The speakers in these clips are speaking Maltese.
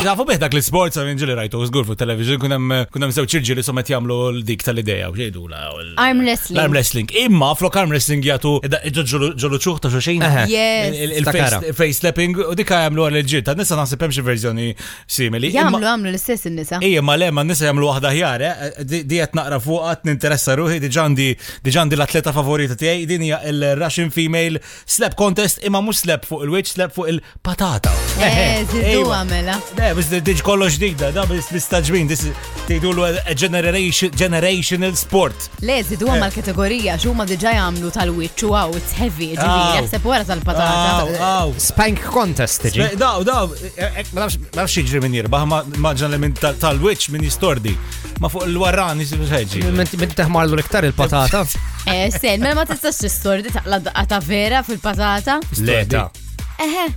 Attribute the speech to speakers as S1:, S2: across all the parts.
S1: Nafu bih dak l-sports għan ġili rajtu zgur fu television kunem sew ċirġi li somet jamlu l-dik tal-ideja u ġejdu la.
S2: Arm wrestling.
S1: Arm wrestling. Imma flok arm wrestling jgħatu ġolu ċuħ ta' xoxejn.
S3: Eħe.
S2: Yes.
S3: Stakara.
S1: Il-face slapping u dikka jamlu għal il-ġit. Ta' nisa nasib hemmx verżjoni simili.
S2: Jamlu għamlu l-istess il-nisa.
S1: Ija, ma le, ma nisa jamlu wahda ħjar, eh? dijet naqra fuqat, ninteressa ruħi, diġandi diġandi l-atleta favorita tijaj, din hija il-Russian Female Slap Contest, imma mux slap fuq il-witch, slap fuq il-patata.
S2: Eh, ziddu għamela.
S1: Ne, bis diġ kollox ġdida, da, bis bis taġmin, dis tijdulu a generation- generational sport.
S2: Le, zidu għamma l-kategorija, xumma diġa jgħamlu tal-witċu għaw, it's heavy,
S1: Aw.
S2: ġiviri, jaxseb wara
S3: eh,
S1: Aw,
S2: tal-patata.
S1: aw.
S3: Spank contest tiġi.
S1: Be- Daw, daw, ek, eh, ma nafx- ma nafx jiġri minn jirbaħ, ma ma ġan li minn tal- tal-witch minn jistordi, ma fuq il-warran jisib ħeġi.
S3: Minn teħmarlu l-iktar il-patata.
S2: Eh, sen, mela ma tistax tistordi taqla daqqa ta' vera fil-patata. Eh,
S1: Le, da.
S2: Eħe,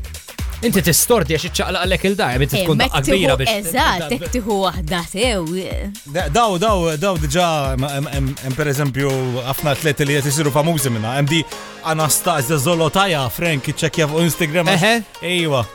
S3: Inti tistordi għax iċċaqla għalek il-daj, inti tkun
S2: mek
S3: daqqa
S2: tiħu,
S3: kbira biex.
S2: eżat, tek tiħu wahda tew.
S1: Da- Daw, daw, daw, diġa, hemm per eżempju, ħafna atleti li qed isiru famużi minna, hemm di Anastasia Zolotaja, Frank, iċċekkja fuq Instagram. għax-
S3: Eħe.
S1: Ejwa,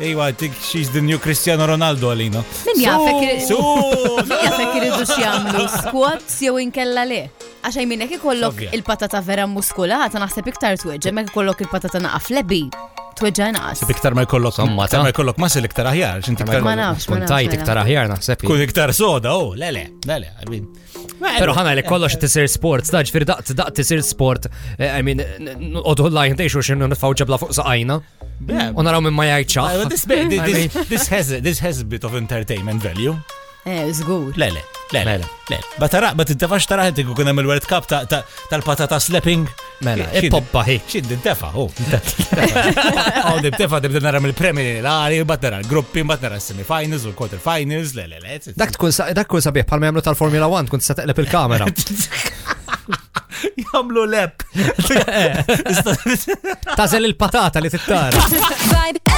S1: ejwa, I think she's the new Cristiano Ronaldo għalina.
S2: Min jafek-
S1: Su, su,
S2: Jafek irridu xjamlu squats jew inkella le. Għaxaj minnek ikollok
S1: Ovvja.
S2: il-patata vera muskulata, naħseb iktar tweġġa, mek ikollok il-patata naqaf lebi. Tweġġa naqas.
S1: Iktar ma jkollok
S3: Somma,
S1: iktar
S3: ta.
S1: ma jkollok ma iktar aħjar, x'int iktar
S2: Ma nafx, ma
S3: Kun
S2: nafx,
S3: tajt
S2: ma
S3: iktar aħjar naħseb.
S1: kun iktar soda, oh, le le, le le, I mean.
S3: Pero ħana
S2: Eh.
S3: li kollox tisir sport, daġ fir daqt daqt tisir sport, eh, I mean, oddu l-lajn tejxu xinu nitfaw ġabla fuq saqajna.
S1: Yeah.
S3: U naraw minn ma
S1: Uh,
S3: jgħajċa.
S1: This, this, this, this, has, this has a bit of entertainment value.
S2: Eh, zgur.
S1: Le, le, le, le,
S3: Mela.
S1: le. Ma tara, ma tintefax tara ħed ikun hemm il-World Cup ta- ta- tal-patata slapping.
S3: Mela,
S1: Xi-
S3: ippoppa hi.
S1: Xi dintefa, hu. Oh, dintefa dibda nara mill-premi l-għali, bat nara l-gruppi, bat nara semifinals u quarterfinals, le, le, le. it's-
S3: Dak tkun sa- dak kun sabiħ bħalma jagħmlu tal-Formula 1 kun tista' teqleb il-kamera.
S1: Jamlu lep.
S3: Tażel il-patata li tittara.
S4: Vibe